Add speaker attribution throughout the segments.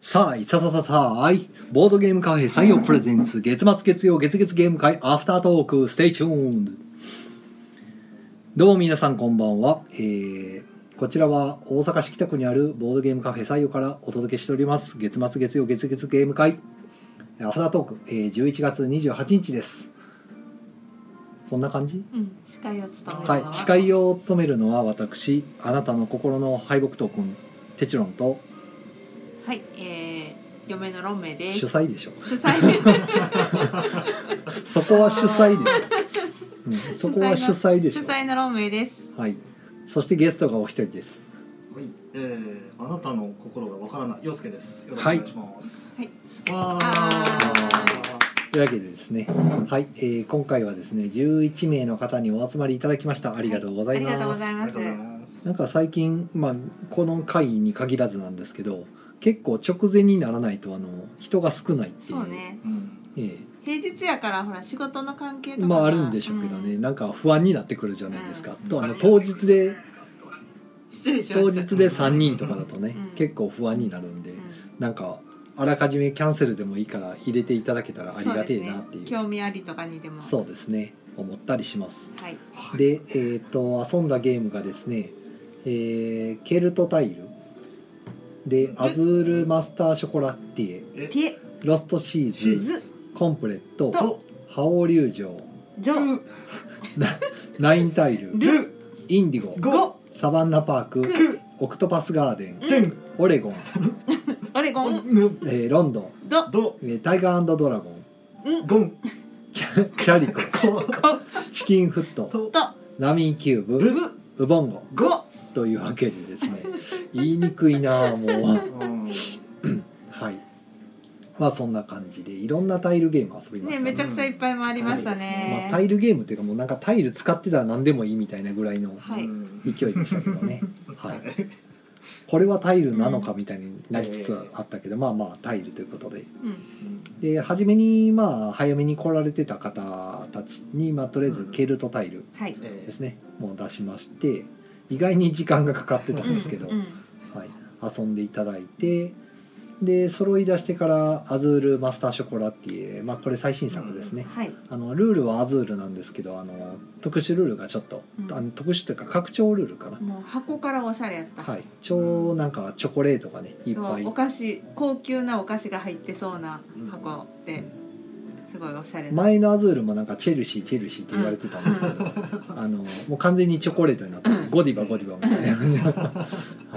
Speaker 1: さあ、いささささあい、ボードゲームカフェ採用プレゼンツ、月末月曜月月ゲーム会アフタートーク、ステイチューンどうも皆さんこんばんは。えーこちらは大阪市北区にあるボードゲームカフェ採用からお届けしております、月末月曜月月ゲーム会アフタートーク、えー11月28日です。こんな感じ
Speaker 2: うん、司会を務める
Speaker 1: はい、司会を務めるのは私、あなたの心の敗北トークン、テチロンと
Speaker 2: はい、えー、嫁のロンメイです。
Speaker 1: 主催でしょ。
Speaker 2: 主催
Speaker 1: そこは主催でしょ。うん、そこは主催でし
Speaker 2: 主
Speaker 1: ょ。
Speaker 2: 催のロンメイです。
Speaker 1: はい。そしてゲストがお一人です。
Speaker 3: はい、えー、あなたの心がわからない陽介です。よろしくお願いします。
Speaker 2: はい
Speaker 3: わ
Speaker 2: は
Speaker 1: というわけでですね、はい、えー今回はですね、11名の方にお集まりいただきました。ありがとうござ
Speaker 2: あ
Speaker 1: い
Speaker 2: りがとう
Speaker 1: ま
Speaker 2: ご
Speaker 1: す。
Speaker 2: ざい
Speaker 3: ーあ
Speaker 2: ま
Speaker 3: りが
Speaker 2: す
Speaker 3: とうご。ざいます。
Speaker 1: なんか最近、まあ、この回に限らずなんですけど、結構直前にならないと、あの、人が少ないっていう。
Speaker 2: そうね、
Speaker 3: うん、
Speaker 1: え
Speaker 2: 平日やからほら仕事の関係
Speaker 1: え
Speaker 2: とか
Speaker 1: まあ
Speaker 2: が
Speaker 1: あるんでしょうけどね、
Speaker 2: ん
Speaker 1: なんか不安になってくるじゃないですか。
Speaker 3: うん
Speaker 1: とあの当日で
Speaker 2: 失礼しま
Speaker 1: 当
Speaker 2: した。
Speaker 1: 日で3人とかだとね、
Speaker 2: うん
Speaker 1: 結構不安になるんで、
Speaker 2: うん
Speaker 1: なんかあらかじめキャンセルでもいいから入れていただけたらありがてえなって
Speaker 2: そですね
Speaker 1: いう
Speaker 2: 興味ありとかにでも。
Speaker 1: そうですね思ったりします
Speaker 2: はい。
Speaker 1: でえっ、と遊んだゲームがですね、えーケルトタイルでアズールマスターショコラティエ
Speaker 3: え
Speaker 2: ティエ
Speaker 1: ロストシ
Speaker 3: チ
Speaker 1: ー
Speaker 3: ー
Speaker 1: ズ
Speaker 3: ズ
Speaker 1: コンプレット
Speaker 3: と
Speaker 1: ハオリュウジョウ
Speaker 2: ジョ
Speaker 1: ナインタイル
Speaker 2: ル
Speaker 3: ル
Speaker 1: インディゴ
Speaker 3: ゴ
Speaker 2: ゴ
Speaker 1: サバンナパーク
Speaker 2: ク
Speaker 3: ク
Speaker 1: オクトパスガーデン
Speaker 3: テン
Speaker 1: オレゴン、
Speaker 2: オレゴン
Speaker 3: ヌ
Speaker 1: えーロンドン
Speaker 2: ドン
Speaker 3: ド
Speaker 1: えータイガードラゴン
Speaker 3: ゴン
Speaker 1: キャキャリコ
Speaker 3: コ
Speaker 2: コ
Speaker 1: チキンフット
Speaker 3: と
Speaker 2: と
Speaker 1: ラミーキューブ
Speaker 3: ル
Speaker 2: ブ
Speaker 1: ウボンゴ
Speaker 2: ゴ
Speaker 1: というわけでですね言いにくいなあもう
Speaker 3: うん
Speaker 1: はいまあそんな感じでいろんなタイルゲーム遊びまし
Speaker 2: ね
Speaker 1: たね
Speaker 2: めちゃくちゃいっぱい回りました
Speaker 1: ま
Speaker 2: ね。
Speaker 1: あ、タイルゲームっていうかもうなんかタイル使ってたら何でもいいみたいなぐらいの
Speaker 2: はい
Speaker 3: うん
Speaker 1: 勢いでしたけどねはいこれはタイルなのかみたいになりつつあったけど、まあまあタイルということで
Speaker 2: うん
Speaker 1: で初めにまあ早めに来られてた方たちにまあとりあえずケルトタイル
Speaker 2: はい。
Speaker 3: え
Speaker 1: です
Speaker 3: ー
Speaker 1: ねもう出しまして意外に時間がかかってたんですけど、
Speaker 2: うんうん
Speaker 1: はい、遊んでいただいてで揃い出してから「アズールマスターショコラ」っていう、まあ、これ最新作ですね、
Speaker 2: はい。
Speaker 1: あのルールはアズールなんですけどあの特殊ルールがちょっと、
Speaker 2: うん
Speaker 1: あの特殊というか拡張ルールかな、
Speaker 2: もう箱からおしゃれやった。
Speaker 1: はい超なんかチョコレートがねいっぱい
Speaker 2: お菓子高級なお菓子が入ってそうな箱で、すごいおしゃれな、
Speaker 1: 前のアズールもなんかチェルシーチェルシーって言われてたんですけど、あのもう完全にチョコレートになってて
Speaker 2: うん
Speaker 1: ゴディバゴディバみたいな、は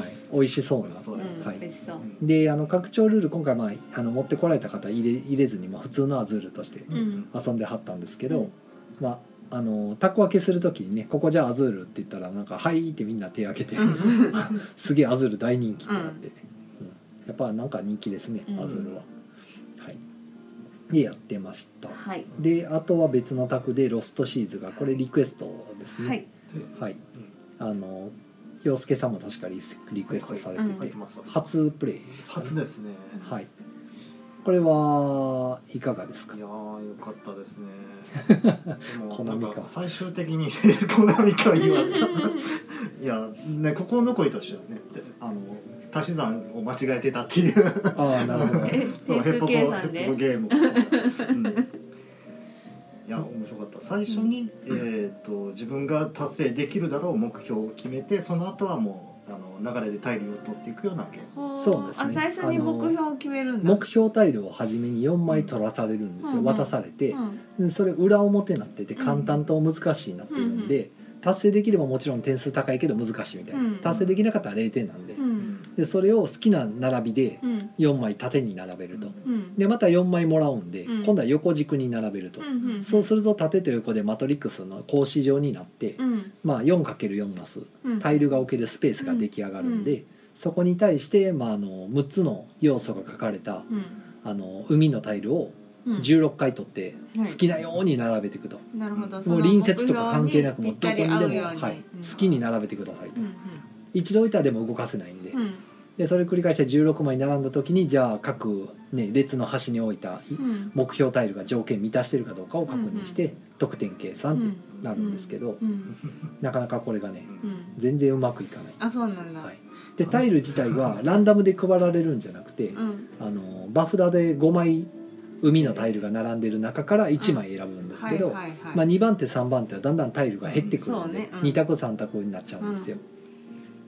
Speaker 1: い、美味しそうな
Speaker 3: そううです
Speaker 2: ん
Speaker 1: はい
Speaker 2: 美味しそう、
Speaker 1: であの拡張ルール今回、まあ、あの持ってこられた方入れ入れずに、まあ、普通のアズールとして
Speaker 2: うん
Speaker 1: 遊んではったんですけど、
Speaker 2: うん
Speaker 1: まああのタコ分けする時にね「ここじゃあアズール」って言ったらなんか「はい」ってみんな手挙げて、
Speaker 2: うん
Speaker 1: すげえアズール大人気ってなって、うんやっぱなんか人気ですね、
Speaker 2: うん
Speaker 1: アズールは。はい、でやってました。
Speaker 2: はい
Speaker 1: であとは別の卓で「ロストシーズが」これリクエストですね。
Speaker 2: はい
Speaker 1: はいあの洋介さんも確かリスリクエストされて
Speaker 2: うん
Speaker 3: 入ってて、ます
Speaker 1: 初プレイですかね
Speaker 3: 初ですね
Speaker 1: はい。これはいかがですか
Speaker 3: い。やーよかったです ねでも
Speaker 1: コナミか
Speaker 3: なん最終的に コナミか言われたいやね心残りとしてはねであの足し算を間違えてたっていう
Speaker 1: ああ、なるほど。
Speaker 2: え
Speaker 3: そう
Speaker 2: 整
Speaker 3: ヘ
Speaker 2: 数
Speaker 3: ッポコ
Speaker 2: 計算で
Speaker 3: ヘッポコゲームをそう、 うん、いや面白かった最初に、えー、と自分が達成できるだろう目標を決めてその後はもうあの流れで大量を取っていくようなゲーム
Speaker 2: ほー
Speaker 1: そうですね
Speaker 2: あ最初に目標を決めるんだ
Speaker 1: 目標タイルを初めに4枚取らされるんです
Speaker 2: う
Speaker 1: よ。
Speaker 2: ん
Speaker 1: 渡されて
Speaker 2: う、ん
Speaker 1: でそれ裏表になってて、簡単と難しいになってるんで。達成できればもちろん点数高いけど難しいみたいな、
Speaker 2: うん
Speaker 1: 達成できなかったら0点なんで,、
Speaker 2: うん
Speaker 1: でそれを好きな並びで
Speaker 2: うん
Speaker 1: 4枚縦に並べると、
Speaker 2: うん
Speaker 1: でまた4枚もらうんで、
Speaker 2: うん
Speaker 1: 今度は横軸に並べると、
Speaker 2: うんうん
Speaker 1: そうすると縦と横でマトリックスの格子状になって、
Speaker 2: うん
Speaker 1: まあ 4×4 マス
Speaker 2: うん
Speaker 1: タイルが置けるスペースが出来上がるんで、そこに対して、まあ、あの6つの要素が書かれた
Speaker 2: うん
Speaker 1: あの海のタイルを
Speaker 2: うん
Speaker 1: 16回取って
Speaker 2: は
Speaker 1: 好
Speaker 2: い
Speaker 1: きなように並べていくと、
Speaker 2: なるほど
Speaker 1: もう隣接とか関係なくもう
Speaker 2: う
Speaker 1: どこにでも、はい、好きに
Speaker 2: な
Speaker 1: 並べてくださいと、
Speaker 2: うん
Speaker 1: 一度置いたらでも動かせないんで,、
Speaker 2: うんうん
Speaker 1: でそれ繰り返して16枚並んだ時にじゃあ各、ね、列の端に置いた
Speaker 2: うん
Speaker 1: 目標タイルが条件満たしてるかどうかを確認して、得点計算ってなるんですけど、
Speaker 2: うん
Speaker 1: なかなかこれがね
Speaker 2: うん
Speaker 1: 全然うまくいかない。
Speaker 2: あそうなんだ
Speaker 1: はい、でタイル自体はランダムで配られるんじゃなくて、
Speaker 2: うん
Speaker 1: あのバフ札で5枚海のタイルが並んでる中から1枚選ぶんです
Speaker 2: は
Speaker 1: け
Speaker 2: い
Speaker 1: ど、
Speaker 2: はいはい、
Speaker 1: まあ、2番手3番手はだんだんタイルが減ってくるので、
Speaker 2: うんそうねうん
Speaker 1: 2択3択になっちゃうんですよ。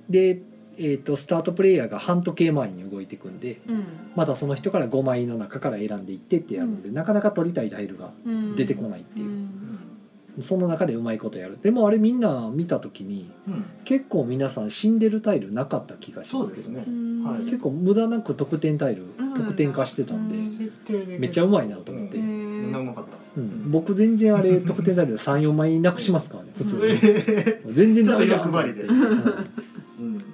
Speaker 1: で、えー、とスタートプレイヤーが半時計回りに動いていくんで
Speaker 2: うん
Speaker 1: またその人から5枚の中から選んでいってってやるので、なかなか取りたいタイルが
Speaker 2: うん、
Speaker 1: 出てこ
Speaker 2: い
Speaker 1: ないって
Speaker 2: う
Speaker 1: いう、
Speaker 2: ん
Speaker 1: その中でうまいことやるでもあれみんな見た時に
Speaker 3: うん、
Speaker 1: 結構皆さん死んでるタイルなかった気がし
Speaker 3: そ
Speaker 1: ま
Speaker 3: う
Speaker 1: す
Speaker 3: で
Speaker 1: け
Speaker 3: す
Speaker 1: どね
Speaker 3: ね
Speaker 2: う。ん
Speaker 3: はい
Speaker 1: 結構無駄なく得点タイル
Speaker 2: うん
Speaker 1: 得点化してたんで、
Speaker 2: うん
Speaker 3: 設定で
Speaker 1: めっちゃうまいなと思って、
Speaker 2: へ
Speaker 1: うん
Speaker 3: みんなう
Speaker 2: ー
Speaker 3: まかった。
Speaker 1: 僕全然あれ得点タイル34枚なくしますからね普通
Speaker 2: うん
Speaker 1: に、
Speaker 3: え
Speaker 1: 全然ダメじゃん
Speaker 3: ちょっと欲張りで
Speaker 1: うん
Speaker 3: ーうん、で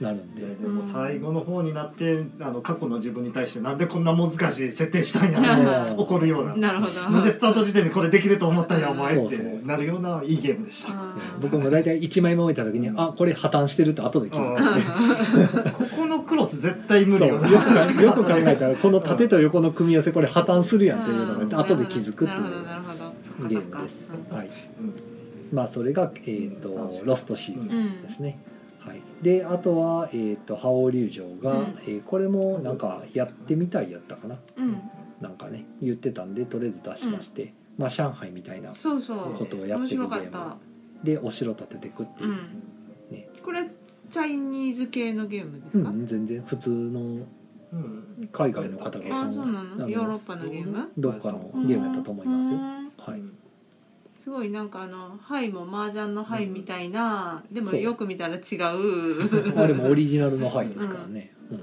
Speaker 1: なるんで
Speaker 3: でも最後の方になってあの過去の自分に対してなんでこんな難しい設定したんや
Speaker 1: うん
Speaker 3: 怒るような。
Speaker 2: なるほど
Speaker 3: なんでスタート時点でこれできると思ったんやお前っ
Speaker 1: そうそう
Speaker 3: てなるようないいゲームでした。
Speaker 2: あー
Speaker 1: 僕も大体1枚目置いた時に、
Speaker 3: うん
Speaker 1: あこれ破綻してるって後で気づく、
Speaker 3: ここのクロス絶対無
Speaker 1: そ
Speaker 3: 理
Speaker 1: うよ
Speaker 3: よな。
Speaker 1: くよく考えたらこの縦と横の組み合わせこれ破綻するやんっていう のが後で気づくって
Speaker 2: なるほどないるほどそっ
Speaker 1: う
Speaker 2: か
Speaker 1: ゲ
Speaker 2: そっ
Speaker 1: ーム
Speaker 2: か
Speaker 1: です
Speaker 2: うん。
Speaker 1: はい、
Speaker 3: うん
Speaker 1: まあそれが、えー、と
Speaker 3: うん
Speaker 1: ロストシーズン
Speaker 2: うん
Speaker 1: ですね。はい、であとは、えー、と覇王竜城が、
Speaker 2: うん
Speaker 1: えーこれもなんかやってみたいやったかな
Speaker 2: うん
Speaker 1: なんかね言ってたんでとりあえず出しまして、まあ、上海みたいな
Speaker 2: そうそう
Speaker 1: ことをやってるゲ
Speaker 2: 面白かっ
Speaker 1: ーム
Speaker 2: た
Speaker 1: でお城建ててくっていうう、
Speaker 2: ん
Speaker 1: ね
Speaker 2: これチャイニーズ系のゲームで
Speaker 1: う
Speaker 2: す
Speaker 1: ん
Speaker 2: か
Speaker 1: 全然普通の
Speaker 3: うん
Speaker 1: 海外の方が
Speaker 2: あそうな
Speaker 1: あの
Speaker 2: のヨーロッパのゲーム
Speaker 1: どっかのゲームやったと思いますよ
Speaker 2: う。ん
Speaker 1: はい、
Speaker 2: すごいなんかあの「はい」も麻雀の「はい」みたいなでも
Speaker 1: そう
Speaker 2: よく見たら違う
Speaker 1: あれもオリジナルの牌ですからね、うん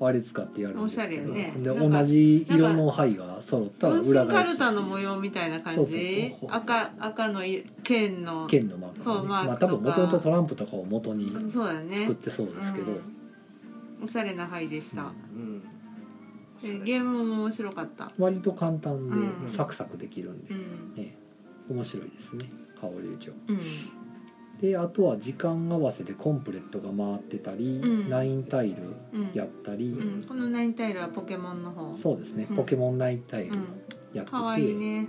Speaker 1: あれ使ってやるんですけど、
Speaker 2: おしゃれよね
Speaker 1: で
Speaker 2: なんか
Speaker 1: 同じ色の牌が揃ったら
Speaker 2: 分
Speaker 1: 裏
Speaker 2: 身
Speaker 1: 返
Speaker 2: カ
Speaker 1: す
Speaker 2: ルタの模様みたいな
Speaker 1: そ
Speaker 2: 感
Speaker 1: うそう
Speaker 2: じ
Speaker 1: そう
Speaker 2: 赤赤のい剣の
Speaker 1: 剣のマーク,、
Speaker 2: そうマーク
Speaker 1: まあ多分
Speaker 2: と
Speaker 1: も
Speaker 2: か
Speaker 1: ともとトランプとかを元に
Speaker 2: そうだね
Speaker 1: 作ってそうですけど、
Speaker 2: うんおしゃれな牌でした、
Speaker 3: うん
Speaker 2: でゲームも面白かった
Speaker 1: 割と簡単で
Speaker 2: うん
Speaker 1: サクサクできるん
Speaker 2: う
Speaker 1: で、
Speaker 2: ん
Speaker 1: ええ面白いですね香り町
Speaker 2: うん
Speaker 1: であとは時間合わせでコンプレットが回ってたり、
Speaker 2: うん
Speaker 1: ナインタイル
Speaker 2: うん
Speaker 1: やったり、
Speaker 2: うんこのナインタイルはポケモンの方
Speaker 1: そうですね、
Speaker 2: うん
Speaker 1: ポケモンナインタイル
Speaker 2: うん
Speaker 1: やってて、
Speaker 2: かわいいね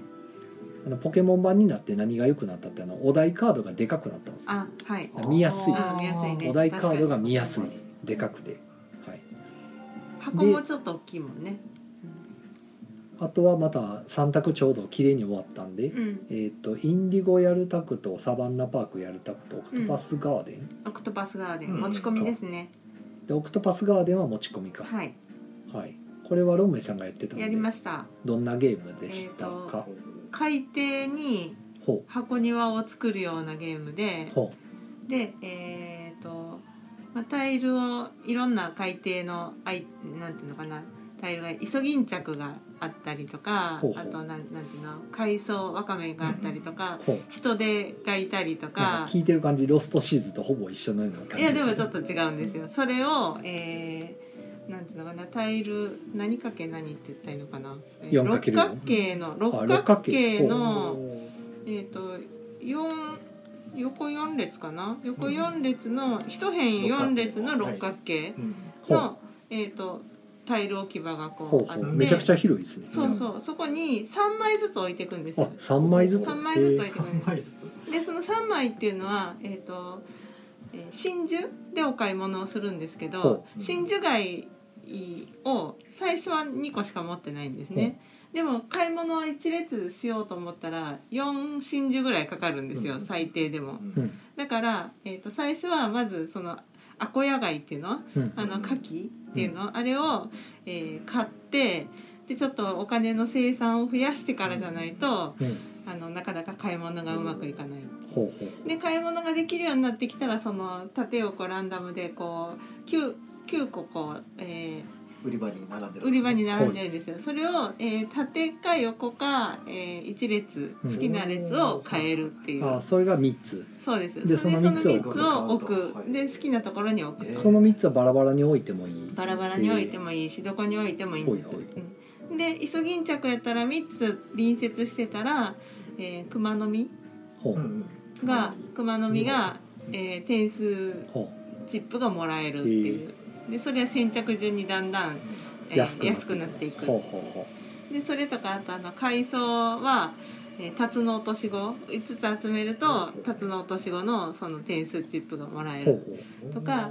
Speaker 1: あのポケモン版になって何が良くなったってあのお題カードがでかくなったんですよ
Speaker 2: あはい
Speaker 1: 見やすい
Speaker 2: あ見やすいね
Speaker 1: お題カードが見やすい
Speaker 3: 確か
Speaker 1: でかくて、はい、
Speaker 2: 箱もちょっと大きいもんね
Speaker 1: あとはまた3択ちょうど綺麗に終わったんで、
Speaker 2: うん
Speaker 1: えー、とインディゴやるタクトサバンナパークやるタクトオクトパスガーデン、
Speaker 2: オクトパスガーデ
Speaker 3: うん
Speaker 2: ン持ち込みですね
Speaker 1: でオクトパスガーデンは持ち込みか、は
Speaker 2: は
Speaker 1: い
Speaker 2: い
Speaker 1: これはロンメイさんがやってたの
Speaker 2: や
Speaker 1: で
Speaker 2: りました
Speaker 1: どんなゲームでしたか、
Speaker 2: 海底に
Speaker 1: ほ
Speaker 2: 箱庭を作るようなゲームで
Speaker 1: うほ
Speaker 2: でえっ、と、まあ、タイルをいろんな海底のあいなんていうのかなタイルがイソギンチャクがあったりとか
Speaker 1: ほうほう
Speaker 2: あとなんなんていうの海藻わかめがあったりとか
Speaker 1: う、ほう
Speaker 2: 人手がいたりと
Speaker 1: なん
Speaker 2: か
Speaker 1: か聞いてる感じロストシーズとほぼ一緒のような感
Speaker 2: い
Speaker 1: じ
Speaker 2: やでもちょっと違うんですよ。それを、えー、なんていうのかなタイル何かけ何って言ったらいいのかな、えー
Speaker 1: 四角
Speaker 2: 六
Speaker 1: 形
Speaker 2: 角形の
Speaker 1: あ
Speaker 2: 六
Speaker 1: 六
Speaker 2: 角
Speaker 1: 角形
Speaker 2: 形のえっ、と四横四列かな横四列の一辺四列の六角形
Speaker 1: ほ
Speaker 2: の、
Speaker 1: う
Speaker 2: えっ、とタイル置き場が
Speaker 1: ほう
Speaker 2: こう
Speaker 1: ほ
Speaker 2: あ
Speaker 1: う
Speaker 2: って
Speaker 1: めちゃくちゃ広いですね
Speaker 2: そうそうそこに三枚ずつ置いていくんです
Speaker 1: あ
Speaker 2: よ。
Speaker 1: 三枚ずつ
Speaker 2: 三枚ずつ置いていくんです
Speaker 3: 三。枚ずつ。
Speaker 2: でその3枚っていうのは、えーとえー真珠でお買い物をするんですけ
Speaker 1: ほ
Speaker 2: ど
Speaker 1: う
Speaker 3: うん
Speaker 2: 真珠貝を最初は2個しか持ってないんですね。でも買い物を1列しようと思ったら4真珠ぐらいかかるんですよ、
Speaker 3: うん
Speaker 2: 最低で
Speaker 1: う
Speaker 2: も。
Speaker 1: ん
Speaker 2: だから、えー、と最初はまずそのアコヤ貝っていうの
Speaker 1: うん
Speaker 2: あの牡蠣っていうの、あれを、えー買ってでちょっとお金の生産を増やしてからじゃないと
Speaker 1: うん
Speaker 2: あのなかなか買い物がうまくいかない
Speaker 1: ほうほう
Speaker 2: で買い物ができるようになってきたらその縦をこうランダムでこう 9, 9個こう、え
Speaker 3: 売り場に並んで
Speaker 2: ー
Speaker 3: る。
Speaker 2: 売り場に並んでるんですよそれを、えー縦か横か、え1列
Speaker 1: うん
Speaker 2: 好きな列を変えるっていう、
Speaker 1: あそれが3つ
Speaker 2: そうです
Speaker 1: で
Speaker 2: それで
Speaker 1: そ
Speaker 2: そ
Speaker 1: の
Speaker 2: の
Speaker 1: 三
Speaker 2: 3
Speaker 1: つ
Speaker 3: を
Speaker 2: つを置く
Speaker 3: はい
Speaker 2: で好きなところに置く
Speaker 3: えー
Speaker 1: その3つはバラバラに置いてもいい
Speaker 2: バラバラに置いてもいいしどこに置いてもいいんです
Speaker 1: ほいほい
Speaker 2: うんでイソギンチャクやったら3つ隣接してたら、えー、熊の実
Speaker 1: ほう
Speaker 3: うんうん
Speaker 2: が熊の実が、えー点数
Speaker 1: ほ
Speaker 2: チップがもらえるっていう、でそれは先着順にだんだん、えー
Speaker 1: 安くなっていく
Speaker 2: 安くなって
Speaker 1: ほ
Speaker 2: いうく
Speaker 1: うほうほう
Speaker 2: でそれとかあとあの海藻は、えー、タツノオトシゴ5つ集めるとタツノオトシゴのその点数チップがもらえ
Speaker 1: ほう
Speaker 2: る
Speaker 1: ほう
Speaker 2: とか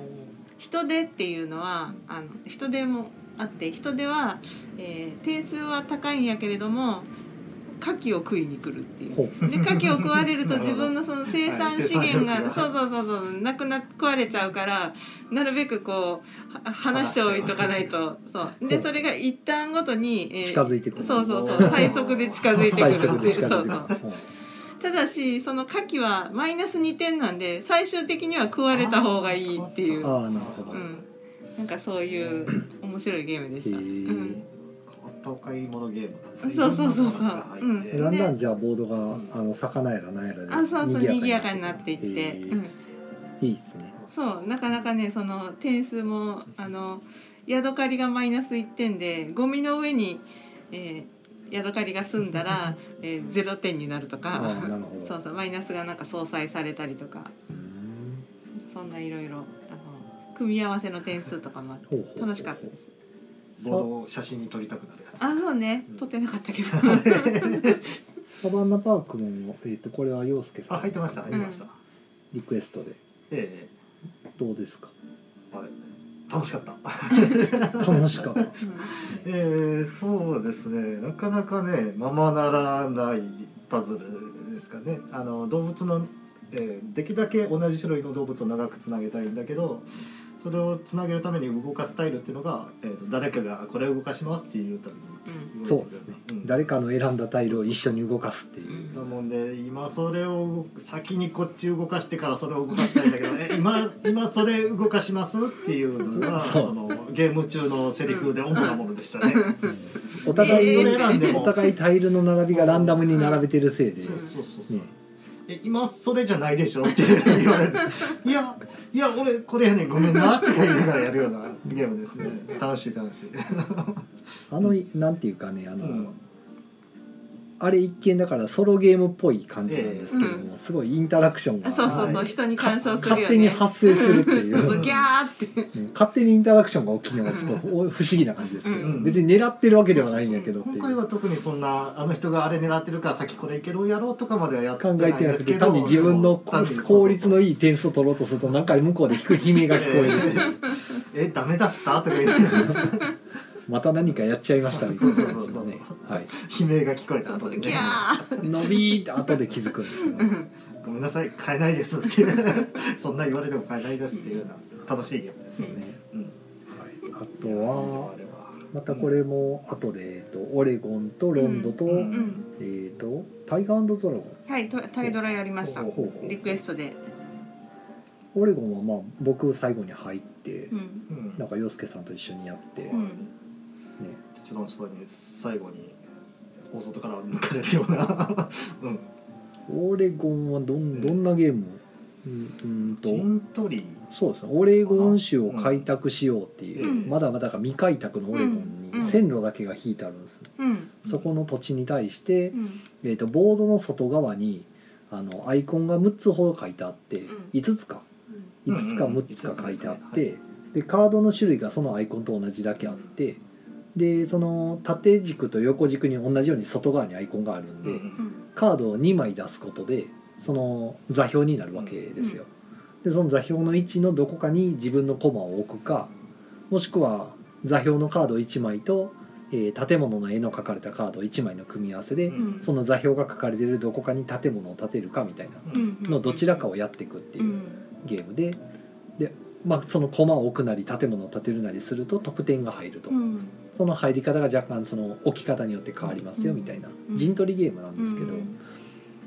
Speaker 2: 人手っていうのはあの人手もあって人手は、えー定数は高いんやけれども牡蠣を食いに来るっていう
Speaker 1: ほ
Speaker 2: で牡蠣を食われると
Speaker 3: なるほ
Speaker 2: 自
Speaker 3: ど
Speaker 2: 分のその生産資源
Speaker 3: はい
Speaker 2: が
Speaker 3: 生産
Speaker 2: そうそうそうそうなくな食われちゃうからなるべくこうは話しておいとかないとそうでそれが一旦ごとに、えー
Speaker 1: 近づいてくる
Speaker 2: そうそうそう最速で近づいてく
Speaker 1: 最
Speaker 2: るっ
Speaker 1: 速
Speaker 2: て
Speaker 1: で
Speaker 2: いうそ
Speaker 1: 近
Speaker 2: う
Speaker 1: づいて
Speaker 2: そう
Speaker 1: くるほう
Speaker 2: ただしその牡蠣はマイナス2点なんで最終的には食われた方がいいっていう、
Speaker 1: ああなるほど
Speaker 2: う、ん、なんかそういう面白いゲームでした。
Speaker 1: へー
Speaker 2: うん
Speaker 3: 変わったお買い物ゲームなんです
Speaker 2: そうそうそうそう
Speaker 3: いろんなのが入って
Speaker 2: うん
Speaker 1: だんだん
Speaker 2: で
Speaker 1: じゃあボードがあの魚やらなんやら
Speaker 2: あそうそう賑やかになってていって、
Speaker 1: へー
Speaker 2: うん、
Speaker 1: いいですね
Speaker 2: そうなかなかねその点数もあのヤドカリがマイナス1点でゴミの上に、えー、ヤドカリが済んだ ら、えー、0点になると
Speaker 1: ああ
Speaker 2: か
Speaker 1: なるほど
Speaker 2: そうそうマイナスがなんか相殺されたりとか
Speaker 1: うーん
Speaker 2: そんないろいろあの組み合わせの点数とかもあって
Speaker 1: ほうほうほう
Speaker 2: 楽しかったです。
Speaker 3: ボードを写真に撮りたくなるやつ
Speaker 2: あそうね撮ってなかっ たけど
Speaker 1: サバンナパークも、えー、とこれは陽介さ
Speaker 3: あ入っ
Speaker 1: ん
Speaker 3: てました入ってました、
Speaker 2: うん
Speaker 1: リクエストで
Speaker 3: え
Speaker 1: どうですか
Speaker 3: えあれ楽しかった
Speaker 1: 楽しかった
Speaker 3: ええそうですねなかなかねままならないパズルですかねあの動物の、えーできるだけ同じ種類の動物を長くつなげたいんだけどそれをつなげるために動かすタイルっていうのが、えー、と誰かがこれを動かしますっていうたびに
Speaker 2: うん
Speaker 3: 動いてくれる
Speaker 1: そうですね、
Speaker 3: ん
Speaker 1: 誰かの選んだタイルを一緒に動かすっていう、
Speaker 3: なもんで今それを先にこっち動かしてからそれを動かしたいんだ けどえ今今それ動かしますっていうのが
Speaker 1: そう
Speaker 3: そのゲーム中のセリフで主なものでしたね。
Speaker 1: お互い、
Speaker 2: えー
Speaker 3: どれ選んでも
Speaker 1: お互いタイルの並びがランダムに並べてるせいで、
Speaker 3: そうそうそうそう
Speaker 1: ね
Speaker 3: え今それじゃないでしょって言われて「いやいや俺これやねんごめんな」って言いながらやるようなゲームですね楽しい楽しい
Speaker 1: あのなんていうかねあの、
Speaker 3: うん
Speaker 1: あれ一見だからソロゲームっぽい感じなんですけども、
Speaker 2: う
Speaker 1: すごいインタラクションが
Speaker 2: そうそうそ
Speaker 3: は
Speaker 2: う
Speaker 3: い
Speaker 2: 人に
Speaker 1: か
Speaker 2: 干渉する
Speaker 1: 勝
Speaker 2: よ
Speaker 1: 手に
Speaker 2: ね
Speaker 1: 発生するってい
Speaker 2: そう
Speaker 1: う
Speaker 2: そうギャーって
Speaker 1: うん勝手にインタラクションが起きるのがちょっとお 不思議な感じですね、
Speaker 2: うん
Speaker 1: 別に狙ってるわけではないんだけどってい
Speaker 3: 今
Speaker 1: う
Speaker 3: 回は特にそんなあの人があれ狙ってるから先これいけるやろうとかまではやってな
Speaker 1: 考
Speaker 3: い
Speaker 1: えてな
Speaker 3: で
Speaker 1: く
Speaker 3: す
Speaker 1: て
Speaker 3: けど
Speaker 1: 単に自分の
Speaker 3: 単に
Speaker 1: 効率のいい点数を取ろうとすると何回向こうで聞く悲鳴が聞こえるっていう
Speaker 3: えーえダメだったとか言って
Speaker 1: また何かやっちゃいましたみたいな感じのね
Speaker 3: そうそうそう
Speaker 1: はい
Speaker 3: 悲鳴が聞こえ
Speaker 2: そ
Speaker 3: た
Speaker 2: うそ
Speaker 3: とか
Speaker 2: う
Speaker 3: ね
Speaker 2: ギャー
Speaker 1: 伸びーって後で気づくんですよね
Speaker 3: ごめんなさい買えないですっていうそんな言われても買えないですっていうような楽しいゲームですね、
Speaker 1: ね
Speaker 3: うん、
Speaker 1: はい、あ
Speaker 3: い
Speaker 1: と
Speaker 3: や
Speaker 1: は
Speaker 3: あれは
Speaker 1: またこれも後で、えっと、オレゴンとロンドと、
Speaker 3: う
Speaker 2: うんん
Speaker 1: えっとタイガードラゴ
Speaker 2: はいとタイドラやりました
Speaker 3: ほうほうほう
Speaker 2: リクエストで
Speaker 1: ンオレゴンはまあ僕最後に入って、
Speaker 2: うん
Speaker 3: うん
Speaker 1: なんか洋介さんと一緒にやって、
Speaker 3: う
Speaker 2: う
Speaker 1: ね
Speaker 2: ん
Speaker 3: ちょっとそに最後に大外から抜かれるような、うん、
Speaker 1: オレゴンはどんどんなゲーム、うん、うんと
Speaker 3: 陣取り
Speaker 1: そうですねオレゴン州を開拓しようっていう、
Speaker 2: うん
Speaker 1: まだまだが未開拓のオレゴン
Speaker 2: うん
Speaker 1: に線路だけが引いてあるんですね、
Speaker 2: うん
Speaker 1: そこの土地に対して
Speaker 2: う、ん
Speaker 1: えー、とボードの外側にあのアイコンが6つほど書いてあって、
Speaker 2: ん
Speaker 1: 5つか
Speaker 3: うん
Speaker 1: 5つか6つか書いてあっ
Speaker 3: 五つ
Speaker 1: て、
Speaker 3: です
Speaker 1: でカードの種類がそのアイコンと同じだけあってでその縦軸と横軸に同じように外側にアイコンがあるんで、
Speaker 2: う
Speaker 3: うん
Speaker 2: ん
Speaker 1: カードを2枚出すことでその座標になるわけですよ。でその座標の位置のどこかに自分のコマを置くかもしくは座標のカード1枚と、えー建物の絵の描かれたカード1枚の組み合わせで、
Speaker 2: うん
Speaker 1: その座標が書かれてるどこかに建物を建てるかみたいな
Speaker 2: うん
Speaker 1: のどちらかをやっていくっていうう。
Speaker 2: ん
Speaker 1: ゲームでで、まあ、その駒を置くなり建物を建てるなりすると得点が入ると、
Speaker 2: うん
Speaker 1: その入り方が若干その置き方によって変わりますよみたいな
Speaker 2: うん
Speaker 1: 陣取りゲームなんですけど、
Speaker 2: うん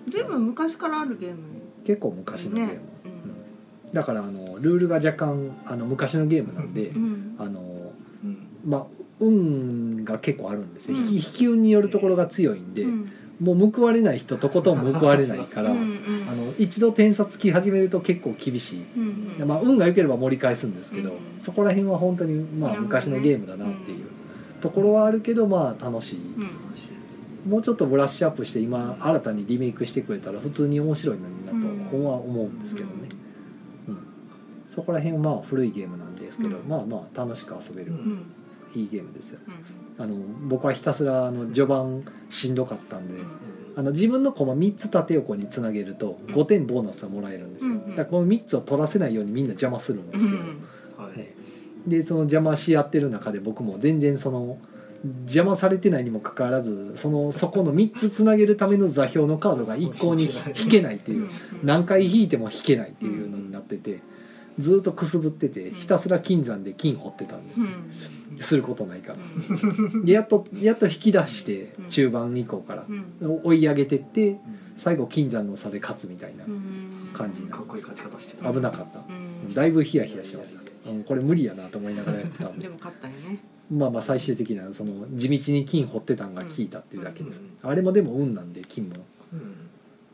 Speaker 2: ずいぶん昔からあるゲーム
Speaker 1: 結構昔のゲーム、
Speaker 2: ねうん
Speaker 1: うんだからあのルールが若干あの昔のゲームなんで、
Speaker 2: うん
Speaker 1: あの
Speaker 3: うん
Speaker 1: まあ運が結構あるんですよ、
Speaker 2: うん
Speaker 1: 引き引き運によるところが強いんで、
Speaker 2: うん
Speaker 1: もう報われない人とことん報われないから、
Speaker 2: うんうん
Speaker 1: あの一度点差つき始めると結構厳しい
Speaker 2: うんうん
Speaker 1: まあ、運が良ければ盛り返すんですけど、
Speaker 2: うん
Speaker 1: そこら辺は本当にま
Speaker 2: な
Speaker 1: あ
Speaker 2: るほどね
Speaker 1: 昔のゲームだなっていうところはあるけどまあ楽しい、
Speaker 2: うん
Speaker 3: 楽しいです
Speaker 1: もうちょっとブラッシュアップして今新たにリメイクしてくれたら普通に面白いのになとは思うんですけどね、うんそこら辺はまあ古いゲームなんですけど、
Speaker 2: うん
Speaker 1: まあまあ楽しく遊べる、
Speaker 3: うん
Speaker 2: うん
Speaker 1: いいゲームですよね
Speaker 2: うん
Speaker 1: あの僕はひたすらあの序盤しんどかったんで、
Speaker 2: うん
Speaker 1: あの自分の駒3つ縦横につなげると5点ボーナスがもらえるんですよ、
Speaker 2: うんうん
Speaker 1: だからこの3つを取らせないようにみんな邪魔するんです
Speaker 2: う
Speaker 1: けど、
Speaker 2: ん
Speaker 3: はい
Speaker 1: ねでその邪魔し合ってる中で僕も全然その邪魔されてないにもかかわらずそのそこの3つつなげるための座標のカードが一向に引けないっていう何回引いても引けないっていうのになっててずーっとくすぶっててひたすら金山で金掘ってたんです
Speaker 2: うんう
Speaker 1: よ
Speaker 2: ん
Speaker 1: することないからでやっとやっと引き出して中盤以降から
Speaker 2: うん
Speaker 1: 追い上げてって最後金山の差で勝つみたいな
Speaker 2: うん
Speaker 1: 感じ
Speaker 3: かっこいい勝ち方してた
Speaker 1: 危なかった
Speaker 2: うん
Speaker 1: だいぶヒヤヒヤしてました、うん、これ無理やなと思いながらやってたんで
Speaker 2: でも勝ったよね
Speaker 1: まあまあ最終的なその地道に金掘ってたんが効いたっていうだけです、
Speaker 3: うん
Speaker 1: あれもでも運なんで金も
Speaker 3: うん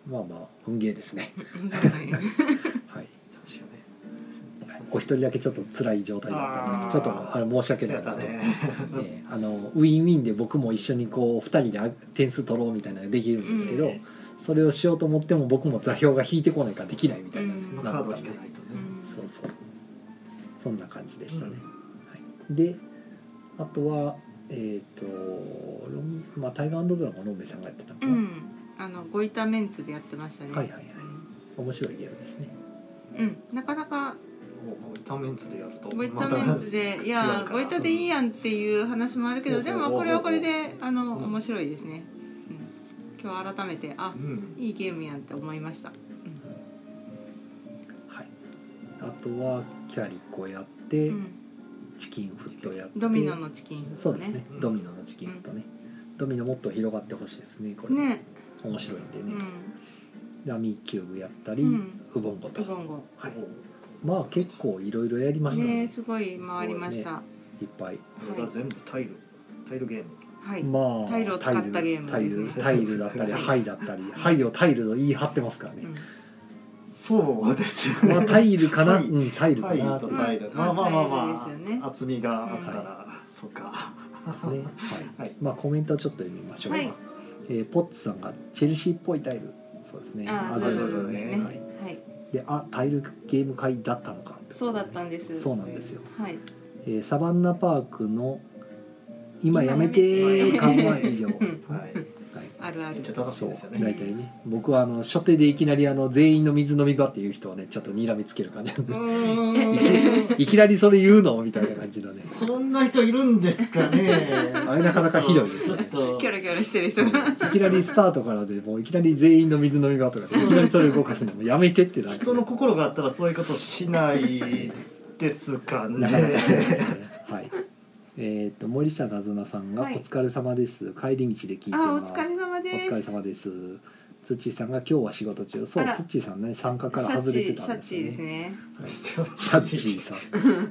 Speaker 1: まあまあ運ゲーですね、
Speaker 2: うんそうだね
Speaker 1: はい、
Speaker 3: 確かね
Speaker 1: お一人だけちょっと辛い状態だったん
Speaker 3: あー
Speaker 1: でちょっとあれ申し訳
Speaker 3: そう
Speaker 1: な
Speaker 3: や
Speaker 1: い
Speaker 3: っ
Speaker 1: な
Speaker 3: た
Speaker 1: と、
Speaker 3: ね
Speaker 1: ええあのウィンウィンで僕も一緒にこう二人で点数取ろうみたいなのができるんですけど、
Speaker 3: うん
Speaker 1: それをしようと思っても僕も座標が引いてこないからできないみたいな、
Speaker 2: うん
Speaker 3: そのカード引かないと
Speaker 2: う
Speaker 3: ね
Speaker 2: ん
Speaker 1: そうそうそんな感じでしたね、
Speaker 3: うん
Speaker 1: はい、であとはえっ、とロン、まあ、タイガードラゴンロンベイさんがやってたのか
Speaker 2: う
Speaker 1: な、
Speaker 2: んあのごいたメンツでやってましたね
Speaker 1: はいはいはい面白いゲームですね
Speaker 2: うんなかなか
Speaker 3: もうこうタメンツでやると
Speaker 2: ごいたメンツで、い
Speaker 3: 違う
Speaker 2: や
Speaker 3: から
Speaker 2: ごいたでいいやんっていう話もあるけど、
Speaker 3: うん
Speaker 2: でもこれはこれであの、
Speaker 3: うん
Speaker 2: 面白いですね、うん、今日改めてあ
Speaker 3: うん
Speaker 2: いいゲームやんって思いました、
Speaker 1: はいあとはキャリコやって、
Speaker 2: うん、
Speaker 1: チキンフットやって
Speaker 2: ドミノのチキンフット
Speaker 1: そうですね、
Speaker 3: うん
Speaker 1: ドミノのチキンフットね、ドミノもっと広がってほしいですねこれ
Speaker 2: ね
Speaker 1: 面白いんで
Speaker 2: う
Speaker 1: ね、
Speaker 2: ん
Speaker 1: でアミーキューブやったり、
Speaker 2: うん
Speaker 1: ウボンゴと
Speaker 2: ウボンゴ
Speaker 1: はい、まあ結構いろいろやりましたね
Speaker 2: ねすごい回りました、
Speaker 1: いっぱい
Speaker 3: これが全部タイルタイルゲーム
Speaker 2: はい、
Speaker 1: まあ
Speaker 2: タイルを使ったゲーム
Speaker 1: タイル
Speaker 2: です
Speaker 3: ね
Speaker 1: タイルだったり
Speaker 3: はい
Speaker 1: ハイだったりハイをタイルと言い張ってますからね、
Speaker 3: そうですよ
Speaker 1: まあタイルかな、
Speaker 3: はい
Speaker 1: うんタイルか
Speaker 3: タイル
Speaker 1: な
Speaker 3: と
Speaker 1: と
Speaker 3: タイル
Speaker 2: うん
Speaker 3: まあまあまあま
Speaker 2: タイルですよね
Speaker 3: あ厚みがあったらそうか
Speaker 1: ですね、は
Speaker 3: はいい
Speaker 1: まあコメントをちょっと読みましょうか、
Speaker 2: はい
Speaker 1: えーポッツさんが「チェルシーっぽいタイル」そうですね
Speaker 2: ああそ
Speaker 1: 鮮
Speaker 2: う
Speaker 1: や
Speaker 2: そ
Speaker 1: かな
Speaker 2: うそう
Speaker 3: ね
Speaker 2: ね、
Speaker 1: は
Speaker 2: はいい、
Speaker 1: であタイルゲーム会だったのかってことね
Speaker 2: そうだったんです
Speaker 1: そうなんですよ、
Speaker 2: はい
Speaker 1: えーサバンナパークの「今やめてー」緩和以上、は
Speaker 2: うん
Speaker 3: はい
Speaker 1: い
Speaker 2: あるあ
Speaker 3: めっ
Speaker 2: る
Speaker 3: ちゃ楽しい
Speaker 1: そう
Speaker 3: ですよね
Speaker 1: 大体ね僕はあの初手でいきなりあの全員の水飲み場っていう人をねちょっと睨みつける感じなんで
Speaker 3: うん
Speaker 1: いきなりそれ言うのみたいな感じのね
Speaker 3: そんな人いるんですかね
Speaker 1: あれなかなかひどいです
Speaker 3: ちょ
Speaker 1: よ
Speaker 3: っ
Speaker 1: ね
Speaker 3: と
Speaker 2: キョロキョロしてる人が
Speaker 1: いきなりスタートからでもういきなり全員の水飲み場とか
Speaker 3: そう
Speaker 1: いきなりそれ動かすのもやめてってなって
Speaker 3: 人の心があったらそういうことしないですかね
Speaker 1: なかなかそうですねはいえー、と森下なずなさんが「お
Speaker 2: はい
Speaker 1: 疲れ様です、帰り道で聞いて
Speaker 2: あお
Speaker 1: ます」
Speaker 2: 疲れ様です
Speaker 1: お疲れ様です」土井さんが「今日は仕事中」そう
Speaker 2: あら
Speaker 1: 土井さんね参加から
Speaker 2: シャ
Speaker 1: 外れて
Speaker 2: チシ
Speaker 1: たん
Speaker 2: ャ
Speaker 1: です
Speaker 2: チ
Speaker 1: よ
Speaker 2: です
Speaker 1: ね
Speaker 2: ね
Speaker 1: シャッチーさん、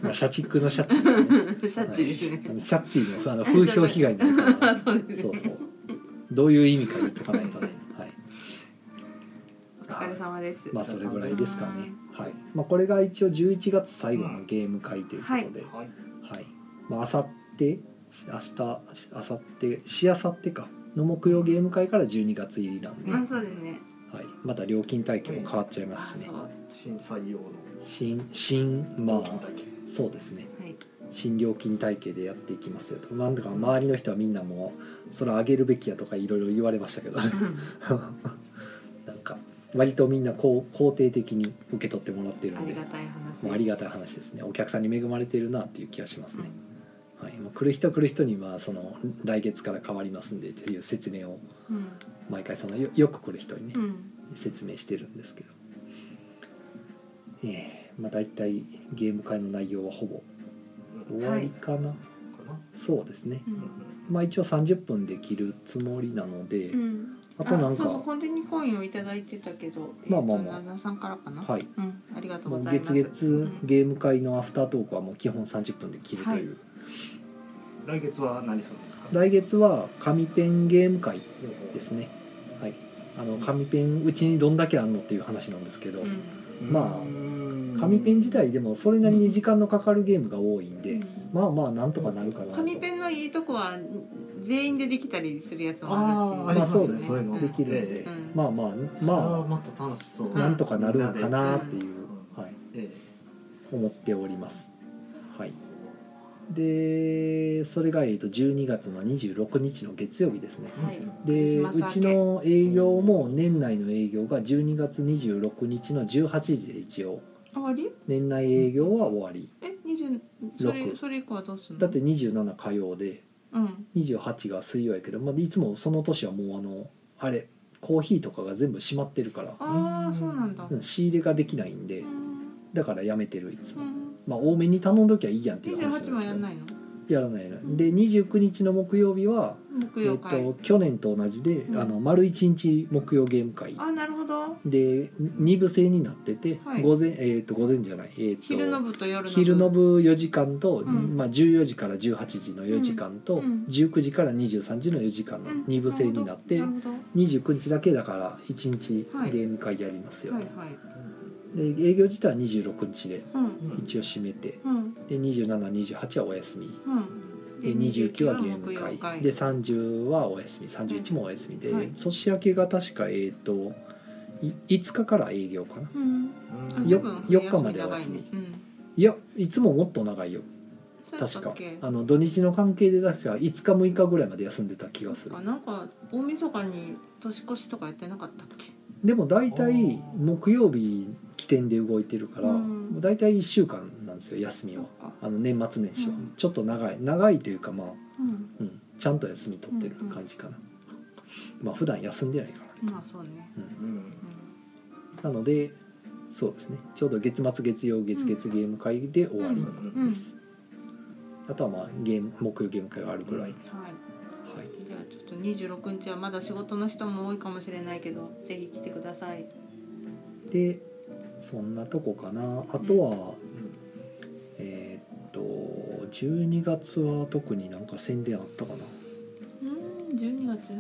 Speaker 1: まあ、シャチックのシャッチーですね
Speaker 2: シャチですね
Speaker 1: あのシャッティのあの風評被害になるから
Speaker 2: そうですね
Speaker 1: そうそうどういう意味か言っとかないとね、はい、
Speaker 2: お疲れ様です
Speaker 1: まあそれぐらいですかね、はいまあ、これが一応11月最後のゲーム会ということで、
Speaker 3: はい
Speaker 1: はいまああさって明日あさってしあさってかの木曜ゲーム会から12月入りなんで、
Speaker 2: あそうですね
Speaker 1: はい、また料金体系も変わっちゃいま
Speaker 2: あ
Speaker 1: すしね
Speaker 2: そうは
Speaker 3: 新採用の
Speaker 1: 新新ま
Speaker 3: 料金体
Speaker 1: あ
Speaker 3: 系
Speaker 1: そうですね
Speaker 2: い
Speaker 1: 新料金体系でやっていきますよとなんだか周りの人はみんなもうそれ上げるべきやとかいろいろ言われました けどなんか割とみんなこう肯定的に受け取ってもらってる
Speaker 2: あ
Speaker 1: ん
Speaker 2: り
Speaker 1: で
Speaker 2: がたい話です
Speaker 1: まあありがたい話ですねお客さんに恵まれてるなっていう気がしますね、はい、もう来る人来る人にはその来月から変わりますんでっていう説明を
Speaker 2: うん
Speaker 1: 毎回そのよよく来る人にね、
Speaker 2: うん
Speaker 1: 説明してるんですけど、ええまあ大体ゲーム会の内容はほぼ
Speaker 3: うん
Speaker 1: 終わりかな、
Speaker 3: かな
Speaker 1: そうですね
Speaker 2: う
Speaker 3: うん
Speaker 2: ん
Speaker 1: まあ一応30分できるつもりなので、
Speaker 2: うん
Speaker 1: あとなんか
Speaker 2: そうそうコンティニューコインをいただいてたけど
Speaker 1: まあまあまあ
Speaker 2: えっと旦那さんからかな
Speaker 1: はい
Speaker 2: うんありがと
Speaker 1: も
Speaker 2: うご
Speaker 1: う
Speaker 2: ざいま
Speaker 1: 月
Speaker 2: す
Speaker 1: 月ゲーム会のアフタートークはもう基本30分で切るという、
Speaker 3: 来月は何するんですか
Speaker 1: 来月は紙ペンゲーム会で
Speaker 3: 月
Speaker 1: すねはいあの紙ペンうちにどんだけあんのっていう話なんですけど、
Speaker 2: うん
Speaker 1: まあ紙ペン自体でもそれなりに時間のかかるゲームが多いんで、
Speaker 2: うん
Speaker 1: まあまあなんとかなるかなと
Speaker 2: 紙ペンのいいとこは全員でできたりするやつも
Speaker 3: あー
Speaker 2: あ
Speaker 3: あ
Speaker 2: る
Speaker 1: ま
Speaker 3: り
Speaker 1: あ
Speaker 2: っ
Speaker 3: ま
Speaker 1: そうう
Speaker 2: てい
Speaker 1: で
Speaker 2: ね
Speaker 3: ね
Speaker 1: す
Speaker 3: そういうの
Speaker 1: できるんで、
Speaker 3: え
Speaker 2: うん
Speaker 1: まあまあ
Speaker 3: まあ
Speaker 1: ま
Speaker 3: また楽しそう
Speaker 1: あなんとかなるのかなっていう、
Speaker 3: うん
Speaker 1: はい、
Speaker 3: え
Speaker 1: 思っておりますはい
Speaker 3: え
Speaker 1: でそれが、えー、と12月の26日の月曜日ですね
Speaker 2: はい
Speaker 1: で
Speaker 2: クリス
Speaker 1: う
Speaker 2: マス
Speaker 1: ち
Speaker 2: 明け
Speaker 1: の営業も年内の営業が12月26日の18時で一応
Speaker 2: 終わり
Speaker 1: 年内営業は終わり
Speaker 2: え二十それ
Speaker 1: 六
Speaker 2: それ以降はどうするの
Speaker 1: だって27火曜で
Speaker 2: うん
Speaker 1: 28が水曜やけど、まあ、いつもその年はもうあのあれコーヒーとかが全部閉まってるから、
Speaker 2: ああそうなんだ
Speaker 1: うん仕入れができないんで
Speaker 2: うん
Speaker 1: だからやめてるいつ
Speaker 2: う
Speaker 1: も、
Speaker 2: ん
Speaker 1: まあ多めに頼んどきゃいいやんっていう話
Speaker 2: 28もやんないいの
Speaker 1: やらないやらないで29日の木曜日は
Speaker 2: 木
Speaker 1: えっ
Speaker 2: 曜会、
Speaker 1: と去年と同じで、
Speaker 2: うん
Speaker 1: あの丸一日木曜ゲーム会
Speaker 2: あなるほど
Speaker 1: で2部制になってて、
Speaker 2: はい
Speaker 1: 午前えっと午前じゃないえっと
Speaker 2: 昼の部と夜の部
Speaker 1: 昼の部4時間と、
Speaker 2: ん
Speaker 1: まあ、14時から18時の4時間と、
Speaker 2: うんうん
Speaker 1: 19時から23時の4時間の
Speaker 2: うん
Speaker 1: 2部制になって、
Speaker 2: るほどなる
Speaker 1: 29日だけだから1日
Speaker 2: はい
Speaker 1: ゲーム会やります
Speaker 2: ほ
Speaker 1: よ、
Speaker 2: どはいはい
Speaker 1: で営業自体は26日で
Speaker 2: うん
Speaker 1: 一応閉めて
Speaker 2: うん
Speaker 1: で2728はお休み
Speaker 2: うん
Speaker 1: で29はゲーム
Speaker 2: 木曜
Speaker 1: 会で30はお休み31もお休みで、
Speaker 2: はい
Speaker 1: 年明けが確かえっ、とい5日から営業かな
Speaker 2: うん
Speaker 3: うん
Speaker 1: よ
Speaker 2: あそうか
Speaker 1: よっかまでお休み
Speaker 2: 長いねうん
Speaker 1: いやいつももっと長いよ
Speaker 2: そうやった
Speaker 1: 確
Speaker 2: っ
Speaker 1: か
Speaker 2: け
Speaker 1: あの土日の関係で確か5日6日ぐらいまで休んでた気がする
Speaker 2: なんか大晦日に年越しとかやってなかったっけ
Speaker 1: でも大
Speaker 3: あ
Speaker 1: 体
Speaker 3: ー
Speaker 1: 木曜日起点で動いてるから、
Speaker 2: うん
Speaker 1: もう大体1週間なんですよ休み
Speaker 2: そ
Speaker 1: は
Speaker 2: っか
Speaker 1: あの年末年始は、
Speaker 2: うん
Speaker 1: ちょっと長い長いというかまあ、
Speaker 2: うん
Speaker 1: うん、ちゃんと休み取ってる感じかな、まあ普段休んでないからね
Speaker 2: まあそうね
Speaker 3: うん
Speaker 2: うん
Speaker 1: なのでそうですねちょうど月末月曜月月ゲーム会で終わり、
Speaker 2: ううんはい
Speaker 1: あとはまあゲーム木曜ゲーム会があるぐらい、は
Speaker 3: うん
Speaker 1: い、
Speaker 2: じゃあちょっと26日はまだ仕事の人も多いかもしれないけどぜひ来てください
Speaker 1: でそんなとこかなあとは、
Speaker 3: うん
Speaker 1: えーっと12月は特になんか宣伝あったかな
Speaker 2: うん12月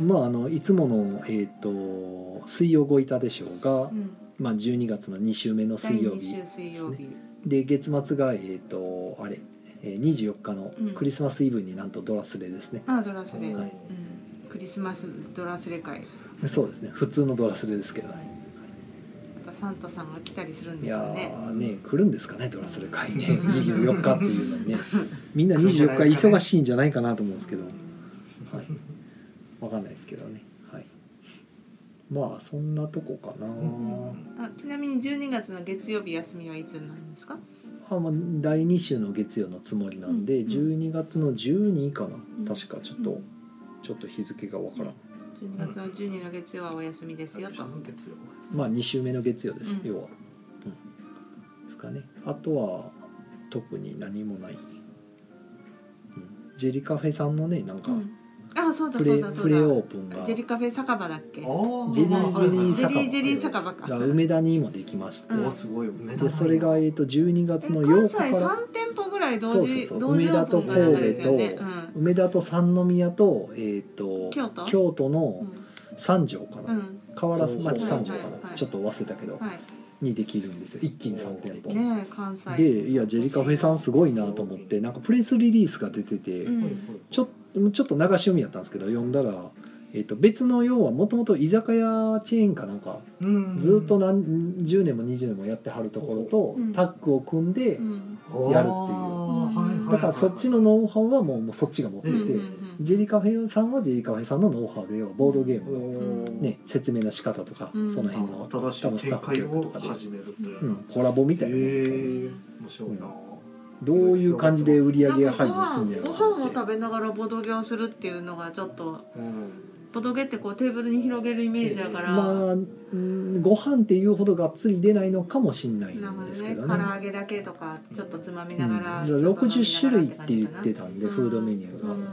Speaker 1: まああのいつもの、えーっと水曜ごいたでしょうが、
Speaker 2: うん
Speaker 1: まあ、12月の2週目の
Speaker 2: 第
Speaker 1: 水曜
Speaker 2: 2
Speaker 1: 日
Speaker 2: 週水曜日
Speaker 1: で月末がえーっとあれえー24日のクリスマスイブになんとドラスレですね、
Speaker 2: あドラスレう
Speaker 1: は
Speaker 2: ん
Speaker 1: い
Speaker 2: クリスマスドラスレ会
Speaker 1: そうですね普通のドラスレですけどね
Speaker 2: またサンタさんが来たりする
Speaker 1: い
Speaker 2: んです
Speaker 1: や
Speaker 2: よね
Speaker 1: ーね来るんですかねドラスレ会ね24日っていうの にねみんな24日忙しいんじゃないかなと思うんですけど、はい、わかんないですけどね、はい、まあそんなとこかな、
Speaker 3: うん
Speaker 2: あちなみに12月の月曜日休みはいつになるんですか
Speaker 1: あまあ、第2週の月曜のつもりなんで、
Speaker 2: うん
Speaker 1: 12月の12かな、
Speaker 2: ん
Speaker 1: 確かちょっと、
Speaker 2: うん
Speaker 1: ちょっと日付がわからん、
Speaker 2: 12月の12の月曜はお休みですよと
Speaker 3: 月曜
Speaker 1: まあ2週目の月曜です、
Speaker 2: うん
Speaker 1: 要は、うん、ですかねあとは特に何もない、うん、ジェリカフェさんのねなんか
Speaker 2: うんあそうだ
Speaker 1: プ
Speaker 2: そ
Speaker 1: レ,、
Speaker 2: うだそ
Speaker 1: プレ
Speaker 2: う
Speaker 1: オ
Speaker 2: だ
Speaker 1: ープンが
Speaker 2: ジェリカフェ酒場だっけ
Speaker 3: ああ
Speaker 1: ジェリージェリー
Speaker 2: ジ
Speaker 1: 酒
Speaker 2: ェ
Speaker 1: 場
Speaker 2: リージェリー酒場か
Speaker 1: が梅田にもできまして、
Speaker 2: うん
Speaker 3: おすごい梅田
Speaker 1: でそれが、えー、と12
Speaker 2: え
Speaker 1: 月の8
Speaker 2: 関
Speaker 1: 日から
Speaker 2: 西三店舗ぐらい同時
Speaker 1: そうそうそう
Speaker 2: 同時オープンがなんかですよね
Speaker 1: 梅田と
Speaker 2: う
Speaker 1: 神
Speaker 2: ん
Speaker 1: 梅田と三宮と,、えー、と
Speaker 2: 京都
Speaker 1: の三条か
Speaker 2: う
Speaker 1: な、
Speaker 2: ん
Speaker 1: 河原町三条かな、
Speaker 2: はいはいはい
Speaker 1: ちょっと忘れたけど、
Speaker 2: うんはい
Speaker 1: にできるんですよ一気に3店舗、
Speaker 2: ねえ関西
Speaker 1: でいやジェリカフェさんすごいなと思ってなんかプレスリリースが出てて、
Speaker 2: うん
Speaker 1: ちょっとちょっと流し読みやったんですけど読んだら、えー、と別の要はもともと居酒屋チェーンかなんかずっと何10年も20年もやってはるところと
Speaker 2: うん
Speaker 1: タッグを組んで、
Speaker 2: うん
Speaker 1: やるっていう
Speaker 2: うん
Speaker 1: だからそっちのノウハウはもうもうそっちが持って
Speaker 2: う
Speaker 1: て、
Speaker 2: んうん
Speaker 1: ジェリカフェさんはジェリカフェさんのノウハウで要はボードゲームの、
Speaker 2: ん
Speaker 1: ね、説明の仕方とか、
Speaker 2: うん
Speaker 1: その
Speaker 3: あ
Speaker 1: 辺の、
Speaker 3: の新しい展開を始めるといううん
Speaker 1: コラボみたいなもんですよね、
Speaker 3: え面白いな
Speaker 1: どういう感じで売り
Speaker 2: う
Speaker 1: 上
Speaker 2: ん
Speaker 1: げ
Speaker 2: な
Speaker 1: が
Speaker 2: ん
Speaker 1: 入
Speaker 2: かご
Speaker 1: に進んで
Speaker 2: 飯
Speaker 1: る
Speaker 2: ご
Speaker 1: の
Speaker 2: 飯
Speaker 1: か
Speaker 2: を食べながらボドゲをするっていうのがちょっと
Speaker 3: うん
Speaker 2: ボドゲってこうテーブルに広げるイメージだから、
Speaker 1: まあ、うんご飯っていうほどがっつり出ないのかもしれないん
Speaker 2: なるほど
Speaker 1: ですけ
Speaker 2: ね
Speaker 1: ど
Speaker 2: 唐
Speaker 1: ね
Speaker 2: 揚げだけとかちょっとつまみ
Speaker 1: う、
Speaker 2: なんが、
Speaker 1: だからら
Speaker 2: ちょっと飲み
Speaker 1: 60種類っ
Speaker 2: ながら
Speaker 1: て言っ
Speaker 2: 感じ
Speaker 1: て
Speaker 2: か
Speaker 1: たんでフードメニュー
Speaker 2: な
Speaker 1: が、
Speaker 2: うん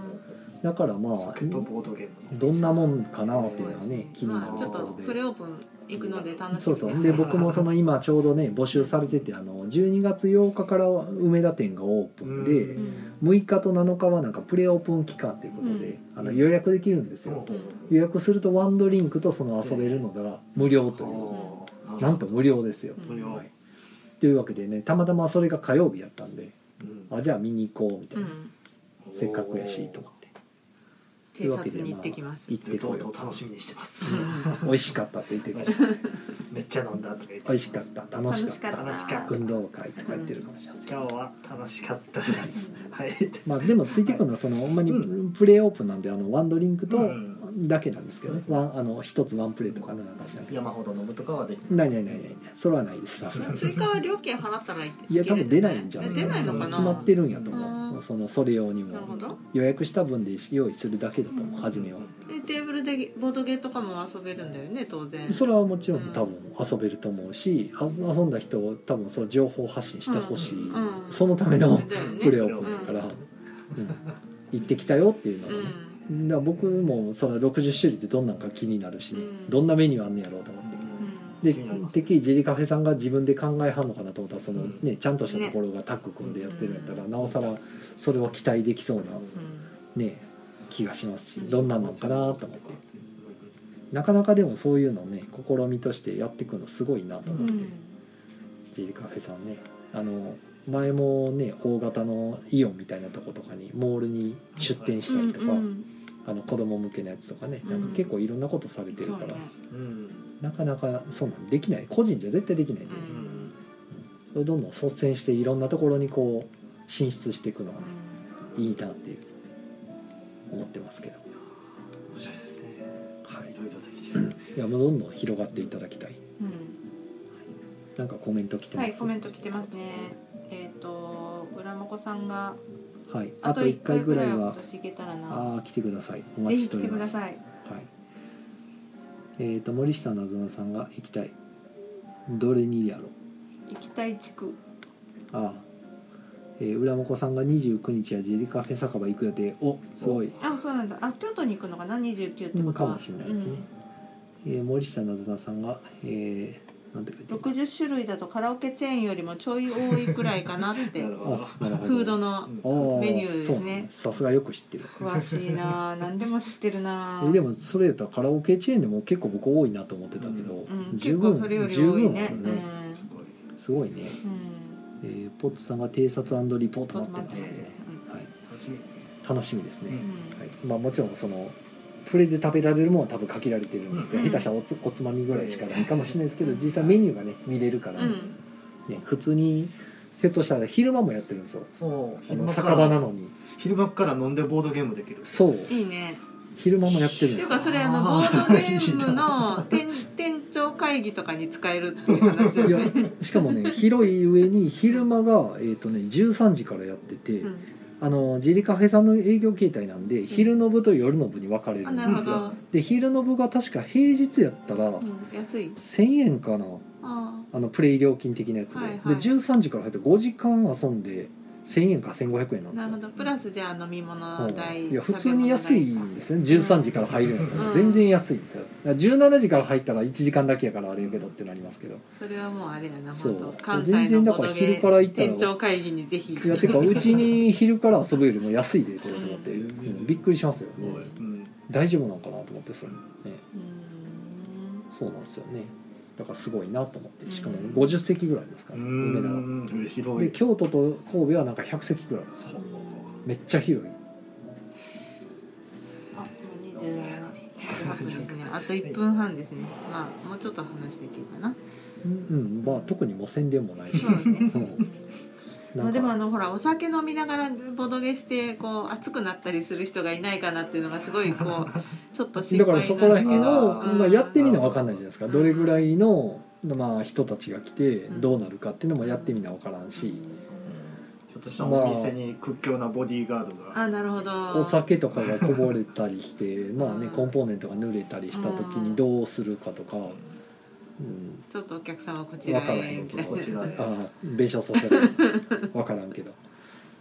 Speaker 1: だからまあ
Speaker 3: 酒とボードゲーム
Speaker 1: どんなもんかなって
Speaker 2: そ
Speaker 1: いううの
Speaker 2: です
Speaker 1: はね
Speaker 2: ね
Speaker 1: 気になる
Speaker 2: まあ、ち
Speaker 1: と
Speaker 2: ょっ
Speaker 1: ことろで
Speaker 2: プレオープン行くので楽し
Speaker 1: そう
Speaker 2: みです
Speaker 1: そ
Speaker 2: ね
Speaker 1: うで僕もその今ちょうどね募集されててあの12月8日から梅田店がオープン
Speaker 2: う
Speaker 1: で
Speaker 2: ん
Speaker 1: 6日と7日はなんかプレオープン期間っていうことで、あの予約できるんですよ、予約するとワンドリンクとその遊べるのが無料という、なんと無料ですよ、
Speaker 2: うん
Speaker 1: はい、というわけでねたまたまそれが火曜日やったんであじゃあ見に行こうみた
Speaker 2: う
Speaker 1: いな、
Speaker 2: ん
Speaker 1: せっかくやしと思って
Speaker 2: 偵察に行ってきます
Speaker 1: 行って
Speaker 3: ど
Speaker 1: こ
Speaker 3: う
Speaker 1: よ
Speaker 3: ぞ
Speaker 1: う
Speaker 3: 楽しみにしてます
Speaker 1: 美味しかったって言ってこよう
Speaker 3: めっちゃ飲んだとか言って
Speaker 1: 美味しかった楽しかった
Speaker 3: 楽しかった
Speaker 1: 運動会とか言ってるかもしれない、
Speaker 3: 今日は楽しかったですはい
Speaker 1: まあでもついてくるのはそのほんまにプレイオープンなんであのワンドリンクと、
Speaker 3: うん
Speaker 1: だけなんですけどねワンあの一つワンプレーとかなんかしなきゃ
Speaker 3: 山ほど飲むとかはでき
Speaker 1: ないないないないそれはないですさすがに
Speaker 2: 追加は料金払ったらい
Speaker 1: いや多分出ないんじゃない
Speaker 2: 出ないのかな
Speaker 1: 決まってるんやと思
Speaker 2: う
Speaker 1: うんそのそれ用にも
Speaker 2: なるほど
Speaker 1: 予約した分で用意するだけだと思う
Speaker 2: うん
Speaker 1: 初めは
Speaker 2: でテーブルでボードゲーとかも遊べるんだよね当然
Speaker 1: それはもちろん多分遊べると思うしあ遊んだ人を多分その情報発信してほしい
Speaker 2: うん
Speaker 1: そのための
Speaker 2: だよね
Speaker 1: プレオープンやからうん行ってきたよっていうの
Speaker 2: う
Speaker 1: はね
Speaker 2: ん
Speaker 1: だから僕もその60種類ってどんなんか気になるし、
Speaker 2: うん
Speaker 1: どんなメニューあんねやろうと思って。
Speaker 2: う
Speaker 1: で
Speaker 3: 気になります
Speaker 1: てっきりジェリカフェさんが自分で考えはんのかなと思ったらその、
Speaker 3: うん
Speaker 1: ね、ちゃんとしたところがタッグ組んでやってるんやったら、なおさらそれは期待できそうな、
Speaker 2: ん
Speaker 1: ね、気がしますしどんなんなんかなと思ってなかなかでもそういうのをね試みとしてやっていくのすごいなと思
Speaker 2: うん
Speaker 1: って、
Speaker 2: うん
Speaker 1: ジェリカフェさんねあの前もね大型のイオンみたいなとことかにモールに出店したりとか、
Speaker 2: うん
Speaker 1: あの子供向けのやつとかね
Speaker 2: うん
Speaker 1: なんか結構いろんなことされてる
Speaker 2: そ
Speaker 1: か
Speaker 2: う
Speaker 1: ら、
Speaker 2: ね
Speaker 3: うん
Speaker 1: なかなかそんなんできない個人じゃ絶対できないんでね、
Speaker 3: うん
Speaker 1: それどんどん率先していろんなところにこう進出していくのが、ねいいなっていう思ってますけど、
Speaker 3: 面白いですね
Speaker 1: はい、
Speaker 3: いろいろできてる
Speaker 1: いやもうどんどん広がっていただきたい
Speaker 2: うん
Speaker 1: なんかコメント来て
Speaker 2: は
Speaker 1: ま
Speaker 2: い
Speaker 1: す
Speaker 2: コメント来てますねえっと浦真子さんが
Speaker 1: はいあ
Speaker 2: あと
Speaker 1: と一
Speaker 2: 1
Speaker 1: 回
Speaker 2: 回
Speaker 1: ぐ
Speaker 2: ぐ
Speaker 1: ら
Speaker 2: ら
Speaker 1: い
Speaker 2: いは今
Speaker 1: は
Speaker 2: 年行けたらな
Speaker 1: ああ来てくださいお
Speaker 2: ぜ
Speaker 1: 待ちし
Speaker 2: ひ
Speaker 1: て
Speaker 2: 来
Speaker 1: お
Speaker 2: て
Speaker 1: り
Speaker 2: く
Speaker 1: ま
Speaker 2: だ
Speaker 1: す
Speaker 2: さい
Speaker 1: はいえー、と森下なずなさんが行きたいどれにやろう
Speaker 2: 行きたい地区
Speaker 1: ああ、えー、浦本さんが29日はジェリカフェ酒場行く予定おすごい
Speaker 2: あそうなんだあ京都に行くのかな29ってこと
Speaker 1: 今
Speaker 2: は
Speaker 1: かもしれないですね、えー森下なずなさんがえー、なんて書いて
Speaker 2: うん
Speaker 1: ある
Speaker 2: 60種類だとカラオケチェーンよりもちょい多いくらいかなって
Speaker 3: なるほど
Speaker 1: あ なるほど
Speaker 2: フードの
Speaker 1: あ
Speaker 2: メニューで
Speaker 1: そ
Speaker 2: すね
Speaker 1: うなんださすがよく知ってる
Speaker 2: 詳しいなあ何でも知ってるなあ
Speaker 1: えでもそれやったらカラオケチェーンでも結構僕多いなと思ってたけど、
Speaker 2: うん、
Speaker 1: 十
Speaker 2: 結
Speaker 1: 分
Speaker 2: 構それより多いね
Speaker 1: 十分
Speaker 2: う
Speaker 1: あるね、
Speaker 2: ん
Speaker 3: すごい
Speaker 1: すごいね、
Speaker 2: うん
Speaker 1: えー、ポッツさんが偵察リポー
Speaker 2: ちょ
Speaker 1: ト
Speaker 2: っと
Speaker 1: 待って
Speaker 2: 待
Speaker 1: ま
Speaker 2: っ
Speaker 1: す
Speaker 2: て
Speaker 1: ね
Speaker 2: ますね、
Speaker 1: はい、
Speaker 3: 楽しみ
Speaker 1: 楽しみです
Speaker 3: う
Speaker 1: ね
Speaker 2: う、ん
Speaker 1: はいまあ、もちろんそのプレで食べられるものは多分限られてるんですけど、
Speaker 2: うん
Speaker 1: 下手したらおつおつまみぐらいしかないかもしれないですけど
Speaker 2: うん
Speaker 1: 実際メニューがね見れるから、
Speaker 2: う
Speaker 1: ね
Speaker 2: ん
Speaker 1: 普通にひょっとしたら昼間もやってるんですよ
Speaker 3: お
Speaker 1: あの
Speaker 3: ー
Speaker 1: 酒場なのに
Speaker 3: 昼間から飲んでボードゲームできる
Speaker 1: そう
Speaker 2: いいね
Speaker 1: 昼間もやってるん
Speaker 2: って
Speaker 1: で
Speaker 2: いう
Speaker 1: す
Speaker 2: か
Speaker 1: よ
Speaker 2: それあのボードゲームの店店長会議とかに使えるっていう話よ
Speaker 1: いや
Speaker 2: ね、
Speaker 1: しかも ね広い上に昼間が、えーとね、13時からやってて、
Speaker 2: うん、
Speaker 1: あのジリカフェさんの営業形態なんで昼の部と夜の部に分かれる
Speaker 2: あ
Speaker 1: んで
Speaker 2: な
Speaker 1: す
Speaker 2: る
Speaker 1: よ
Speaker 2: ほど、
Speaker 1: で昼の部が確か平日やったら
Speaker 2: うん、安い
Speaker 1: 1,000円かな
Speaker 2: あ
Speaker 1: あのプレイ料金的なやつで,、
Speaker 2: はいは
Speaker 1: で
Speaker 2: い
Speaker 1: 13時から入って5時間遊んで1,000円か1,500円な
Speaker 2: あなる
Speaker 1: んですよ
Speaker 2: ほどプラスじゃあ飲み
Speaker 1: う
Speaker 2: 物代
Speaker 1: んいや普通に安いんですね13時から入るんやったら
Speaker 2: うん
Speaker 1: 全然安いんですよだから17時から入ったら1時間だけやからあれやけどってなりますけど
Speaker 2: それはもうあれやな
Speaker 1: そう
Speaker 2: 本当関西のボードゲ
Speaker 1: 全然だから昼から行
Speaker 2: ー
Speaker 1: ったら
Speaker 2: 店長会議にぜひ
Speaker 1: いやてかうちに昼から遊ぶよりも安いでこれと思って、うんびっくりしますよ、
Speaker 2: すごい
Speaker 3: うん
Speaker 1: 大丈夫なんかなと思ってそれね
Speaker 2: うん
Speaker 1: そうなんですよねだからすごいなと思ってしかも
Speaker 2: うん
Speaker 1: 50席ぐらいありますか
Speaker 3: う
Speaker 1: ら、梅田は
Speaker 3: ん広い
Speaker 1: で京都と神戸はなんか100席ぐらいあるんですよめっちゃ広い
Speaker 2: あもう27分ですねあと1分半ですねまあもうちょっと話できるかな
Speaker 1: うん、うん、まあ特にもう宣伝もないし、
Speaker 2: そうですね
Speaker 1: うん
Speaker 2: ま
Speaker 1: な
Speaker 2: あ
Speaker 1: ん
Speaker 2: でもあ
Speaker 1: か
Speaker 2: のほらお酒飲みながらボドゲしてこう熱くなったりする人がいないかなっていうのがすごい こうちょっと心
Speaker 1: だから
Speaker 2: 配な
Speaker 1: そ
Speaker 2: ん
Speaker 1: こら
Speaker 2: だけ
Speaker 1: 辺
Speaker 2: ど
Speaker 1: の、
Speaker 2: うん
Speaker 1: まあ、やってみなわかんないじゃないですか
Speaker 2: うん
Speaker 1: どれぐらいの、まあ、人たちが来て
Speaker 2: ん
Speaker 1: どうなるかっていうのもやってみなわからんし、
Speaker 3: ちょっとしたお店に屈強なボディーガードが、
Speaker 2: あなるほど
Speaker 1: お酒とかがこぼれたりしてまあね
Speaker 2: うん
Speaker 1: コンポーネントが濡れたりした時にどうするかとか、うん、
Speaker 2: ちょっとお客さんはこちら
Speaker 1: わから
Speaker 2: へ
Speaker 1: へん
Speaker 2: み
Speaker 1: け
Speaker 2: た
Speaker 1: ど
Speaker 2: い
Speaker 3: こちら
Speaker 2: な
Speaker 3: へ
Speaker 1: ああ弁償させる分からんけど。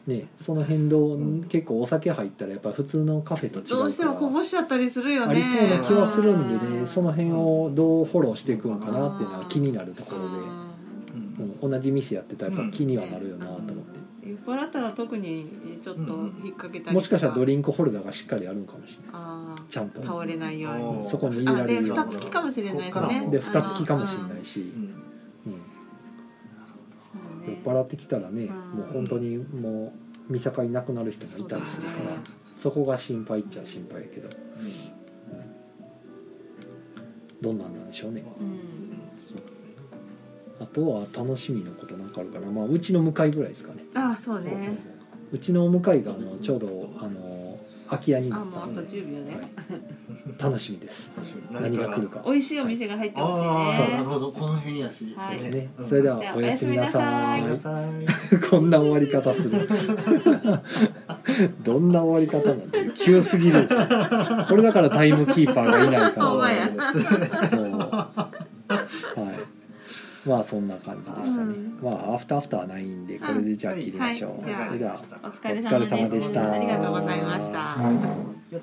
Speaker 1: ね、その辺どう、
Speaker 3: うん
Speaker 1: 結構お酒入ったらやっぱ普通のカフェと違うから
Speaker 2: どうしてもこぼしちゃったりするよ
Speaker 1: あ
Speaker 2: ね
Speaker 1: りそうな気はするんで
Speaker 2: う
Speaker 1: ねその辺をどうフォローしていくのかなっていうのは気になるところで、
Speaker 2: うん
Speaker 3: うん
Speaker 1: うん、同じ店やってたらやっぱ気にはなるよなと思って、
Speaker 2: 酔っ払ったら特にちょっと引っ掛けたりとか
Speaker 1: もしかしたらドリンクホルダーがしっかりあるんかもしれない
Speaker 2: あー
Speaker 1: ちゃんと
Speaker 2: 倒れないように
Speaker 1: そこに入れ
Speaker 2: あ
Speaker 1: られ
Speaker 2: で
Speaker 1: るよう
Speaker 2: 蓋
Speaker 1: な
Speaker 2: 付きかもしれないしね
Speaker 1: で
Speaker 3: あ
Speaker 1: 蓋付きかもしれないし、
Speaker 3: うん
Speaker 1: うん
Speaker 2: うん
Speaker 1: 酔っ払ってきたらね、
Speaker 2: うん
Speaker 1: もう本当にもう見境なくなる人もいたりするから
Speaker 2: そうだね
Speaker 1: そ,、こが心配っちゃ心配やけどどんなんなんでしょうね
Speaker 2: うん
Speaker 1: あとは楽しみのことなんかあるかな、まあ、うちの向かいぐらいですかね
Speaker 2: あそうね
Speaker 1: うちの向かいがあのちょうどあの空き家にな
Speaker 2: あ
Speaker 1: っ
Speaker 2: もうあと10秒ね、
Speaker 1: た楽しみです
Speaker 3: 楽しみ
Speaker 1: 何が来るか
Speaker 2: 美味しいお店が入ってほしいね、
Speaker 3: ああ
Speaker 1: そう
Speaker 3: なるほどこの辺やし
Speaker 2: はい
Speaker 1: です
Speaker 2: ー
Speaker 1: ねそれでは
Speaker 2: じゃあ
Speaker 1: おやすみな
Speaker 2: お
Speaker 1: さ
Speaker 2: や
Speaker 1: い
Speaker 2: すみな
Speaker 3: はい。
Speaker 1: こんな終わり方する どんな終わり方なんだよ急すぎるこれだからタイムキーパーがいないから
Speaker 2: ほんまや
Speaker 1: そう。はい。まあそんな感じでしたね。
Speaker 2: うん
Speaker 1: まあアフターアフターはないんでこれでじゃあ切りましょう。
Speaker 2: はいはい
Speaker 1: それでは
Speaker 2: お疲れ様で
Speaker 1: お疲れ様で
Speaker 2: し
Speaker 1: したた
Speaker 2: ありがとうございました、
Speaker 3: よっ